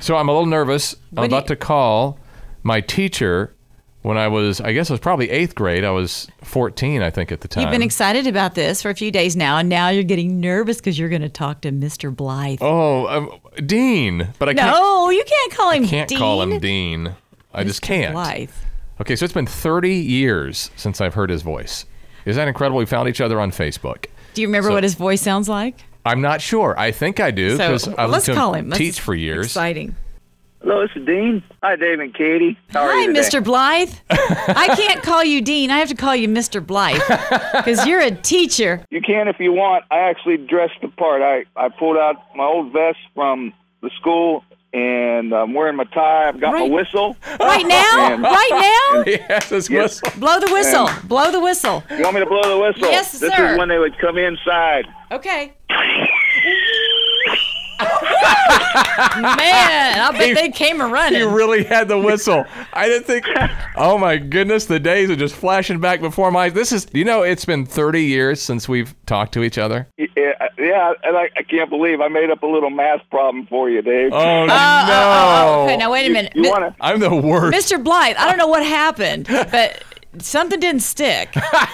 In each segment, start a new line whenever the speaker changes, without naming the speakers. So I'm a little nervous.
What
I'm
do
about
you-
to call my teacher when I was, I guess it was probably eighth grade. I was 14, I think, at the time.
You've been excited about this for a few days now, and now you're getting nervous because you're going to talk to Mr. Blythe.
oh, um, Dean. But I can't,
no, you can't call him.
can't
Dean.
call him Dean. I just can't.
Blythe.
Okay, so it's been 30 years since I've heard his voice. Is that incredible? We found each other on Facebook.
Do you remember
So-
what his voice sounds like?
I'm not sure. I think I do
So
because I lived
let's
to
call him. That's
teach for years.
Exciting.
Hello, this is Dean. Hi, Dave and Katie. How are
Hi,
you today?
Mr. Blythe. I can't call you Dean. I have to call you Mr. Blythe because you're a teacher.
You can if you want. I actually dressed the part. I, I pulled out my old vest from the school, and I'm wearing my tie. I've got
Right.
my whistle.
Right now?
And-
Right now?
He has his
Yes.
whistle.
Blow the whistle. Blow the whistle.
You want me to blow the whistle?
Yes,
this
sir.
is when they would come inside.
Okay. Man, I bet they came a
He
running.
really had the whistle. I didn't think. Oh my goodness, the days are just flashing back before my eyes. This is, you know, it's been 30 years since we've talked to each other.
Yeah, I- yeah and I, I can't believe I made up a little math problem for you, Dave.
Oh
Uh,
no!
Okay, now wait a
You-
minute.
You,
Mi-
want to?
I'm the worst.
Mr. Blythe, I don't know what happened, but something didn't stick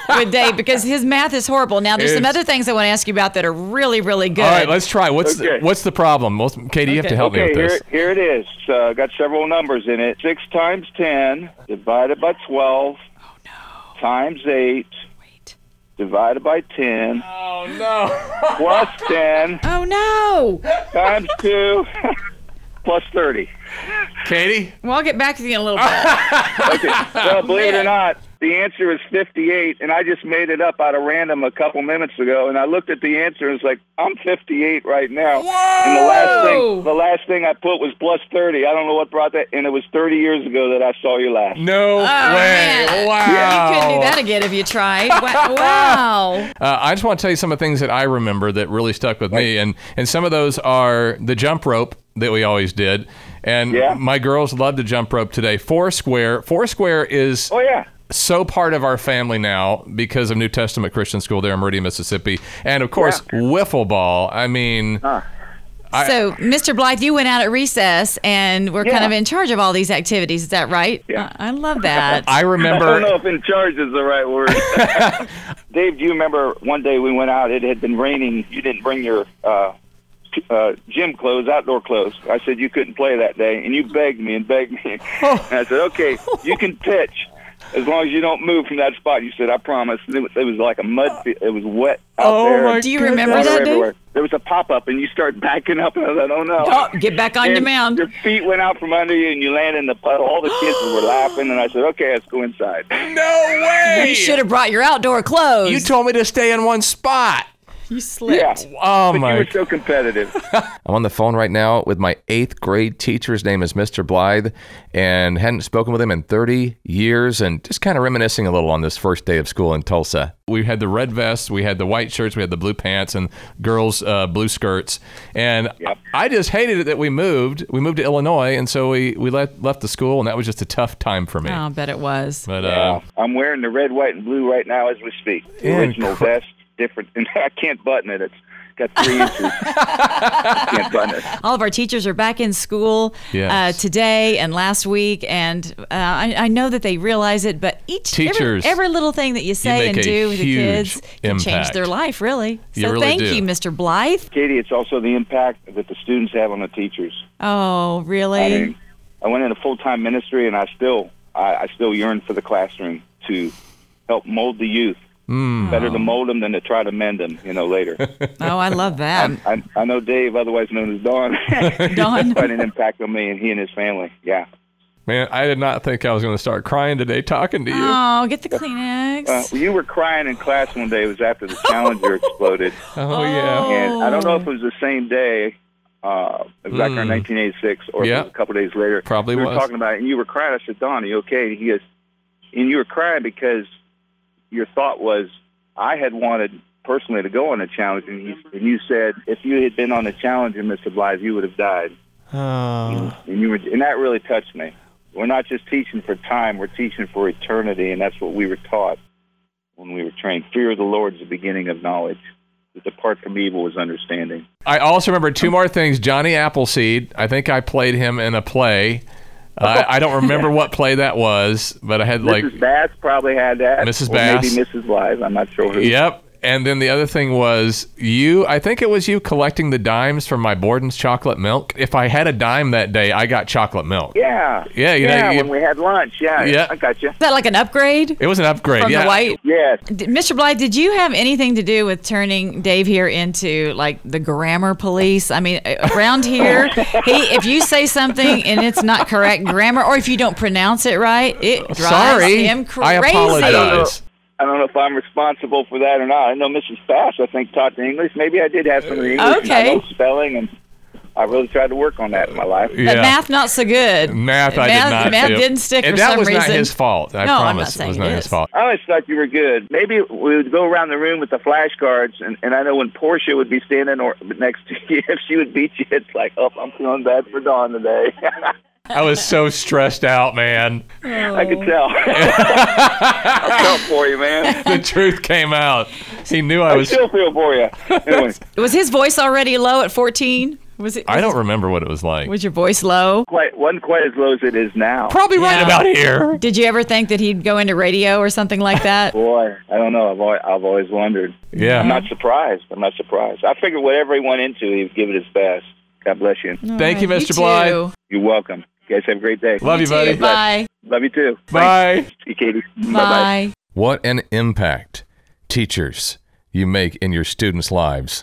with Dave because his math is horrible. Now, there's some
It's-
other things I want to ask you about that are really, really good.
All right, let's try. What's
Okay.
what's the problem? Most- Katie, you have
Okay.
to help me
Okay,
with
here,
this.
here it is. Uh, got several numbers in it. Six times ten divided by twelve. Times eight
Wait.
divided by ten
Oh no!
plus ten
Oh, no.
times two plus thirty.
Katie,
Well, I'll get back to you in a little bit.
Well, believe it
man.
or not, the answer is 58, and I just made it up out of random a couple minutes ago. And I looked at the answer and was like, I'm 58 right now. And the last
Whoa!
thing, the last thing I put was plus 30. I don't know what brought that, and it was 30 years ago that I saw you last.
no way!
Oh, man.
Wow!
You couldn't do that again if you tried. Wa- Wow.
Uh, I just want to tell you some of the things that I remember that really stuck with me, and and some of those are the jump rope that we always did, and
Yeah.
my girls love the jump rope today. Four square, four square is
Oh yeah,
so part of our family now because of New Testament Christian School there in Meridian, Mississippi, and of course wiffle ball. I mean,
Uh,
so, Mr. Blythe, you went out at recess and were kind
Yeah.
of in charge of all these activities. Is that right?
Yeah.
I I love that.
I remember.
I don't know if "in charge" is the right word. Dave, do you remember one day we went out? It had been raining. You didn't bring your uh, t- uh, gym clothes, outdoor clothes. I said you couldn't play that day, and you begged me and begged me. And I said, "Okay, you can pitch." As long as you don't move from that spot, you said, "I promise." And It was, it was like a mud. fi- It was wet out
Oh,
there.
my
Do you remember
Water
that, Dave?
everywhere. There was a pop up, and you started backing up, and I thought, "Oh no!"
Oh, get back on your
And
mound.
Your feet went out from under you, and you landed in the puddle. All the kids were laughing, and I said, "Okay, let's go inside."
No way!
You should have brought your outdoor clothes.
You told me to stay in one spot.
you slipped.
Yeah.
Oh
You
my
were so competitive.
I'm on the phone right now with my eighth grade teacher. His name is Mr. Blythe, and hadn't spoken with him in 30 years, and just kind of reminiscing a little on this first day of school in Tulsa. We had the red vests, we had the white shirts, we had the blue pants, and girls' uh, blue skirts. And
Yep.
I just hated it that we moved. We moved to Illinois, and so we, we left, left the school, and that was just a tough time for me.
Oh, I bet it was.
But uh,
Uh, I'm wearing the red, white, and blue right now as we speak. The
Yeah,
original vest, different. And I can't button it. It's got three inches. can't button it.
All of our teachers are back in school
Yes.
uh, today and last week, and uh, I, I know that they realize it. But each every-
Teachers,
every, little thing that you say
make
and
a
do with the
huge
kids can change
impact.
their life, really.
You
so
really
thank
do.
you, Mr. Blythe.
Katie, it's also the impact that the students have on the teachers.
Oh, really?
I mean, I went into full time ministry, and I still, I, I still yearn for the classroom to help mold the youth.
Hmm.
Better to mold them than to try to mend them, you know, later.
oh, I love that,
I, I know Dave, otherwise known as Don, had
Don.
an impact on me and he and his family. Yeah.
man, I did not think I was going to start crying today talking to you.
Oh, get the Kleenex.
Uh, well, you were crying in class one day. It was after the Challenger exploded,
oh yeah.
and I don't know if it was the same day. Uh, it was back in 1986, or if
Hmm. Yeah.
it was a couple days later.
Probably
we were
was.
talking about it, and you were crying. I said, "Don, are you okay?" And he goes, "And you were crying because your thought was I had wanted personally to go on a challenge, and, he, and you said if you had been on a Challenger, Mr. Blythe, you would have died."
Uh, Oh.
And you were, and that really touched me. We're not just teaching for time; we're teaching for eternity, and that's what we were taught when we were trained. Fear of the Lord is the beginning of knowledge. that the part from evil is understanding.
I also remember two more things. Johnny Appleseed. I think I played him in a play. Uh, I don't remember what play that was, but I had like
Mrs. Bass probably had that.
Mrs.
Or
Bass.
maybe Mrs. Wise. I'm not sure. Who.
Yep. And then the other thing was you, I think it was you collecting the dimes from my Borden's chocolate milk. If I had a dime that day, I got chocolate milk.
Yeah.
Yeah, you know,
yeah.
you-
when we had lunch. Yeah.
Yeah.
I got you.
Is that like an upgrade
It was an upgrade.
from
yeah.
the white?
Yes.
D- Mr. Blythe, did you have anything to do with turning Dave here into like the grammar police? I mean, uh, around here, he if you say something and it's not correct grammar, or if you don't pronounce it right, it drives
Sorry.
him
I
crazy.
apologize.
I don't know if I'm responsible for that or not. I know Mrs. Bass, I think, taught the English. Maybe I did have some of the English. and
Okay.
I know spelling, and I really tried to work on that in my life.
But
Yeah.
math not so good.
Math, I
Math-
did not.
math
do.
didn't stick
And
for
that
some
was not
reason.
his fault. I
No, I'm not
promise, it
saying
was
it
not his
is.
fault.
I always thought you were good. Maybe we would go around the room with the flashcards, and, and I know when Portia would be standing or next to you, if she would beat you, it's like, oh, I'm feeling bad for Dawn today.
I was so stressed out, man.
I
Oh.
could tell. I felt for you, man.
The truth came out. He knew I
I
was.
still feel for you. Anyway,
Was his voice already low at 14? Was it?
I don't remember what it was like.
Was your voice low?
quite wasn't quite as low as it is now.
Probably right
Yeah.
about here.
Did you ever think that he'd go into radio or something like that?
Boy, I don't know. I've always, I've always wondered.
Yeah.
I'm not surprised. I'm not surprised. I figured whatever he went into, he'd give it his best. God bless you.
Thank you,
All right,
Mr. Blythe.
too.
You're welcome. You guys have a great day.
Mm. Love you,
too.
buddy.
Bye.
Love you too.
Bye.
Thanks. See you, Katie. Bye-bye.
Bye.
What an impact, teachers, you make in your students' lives.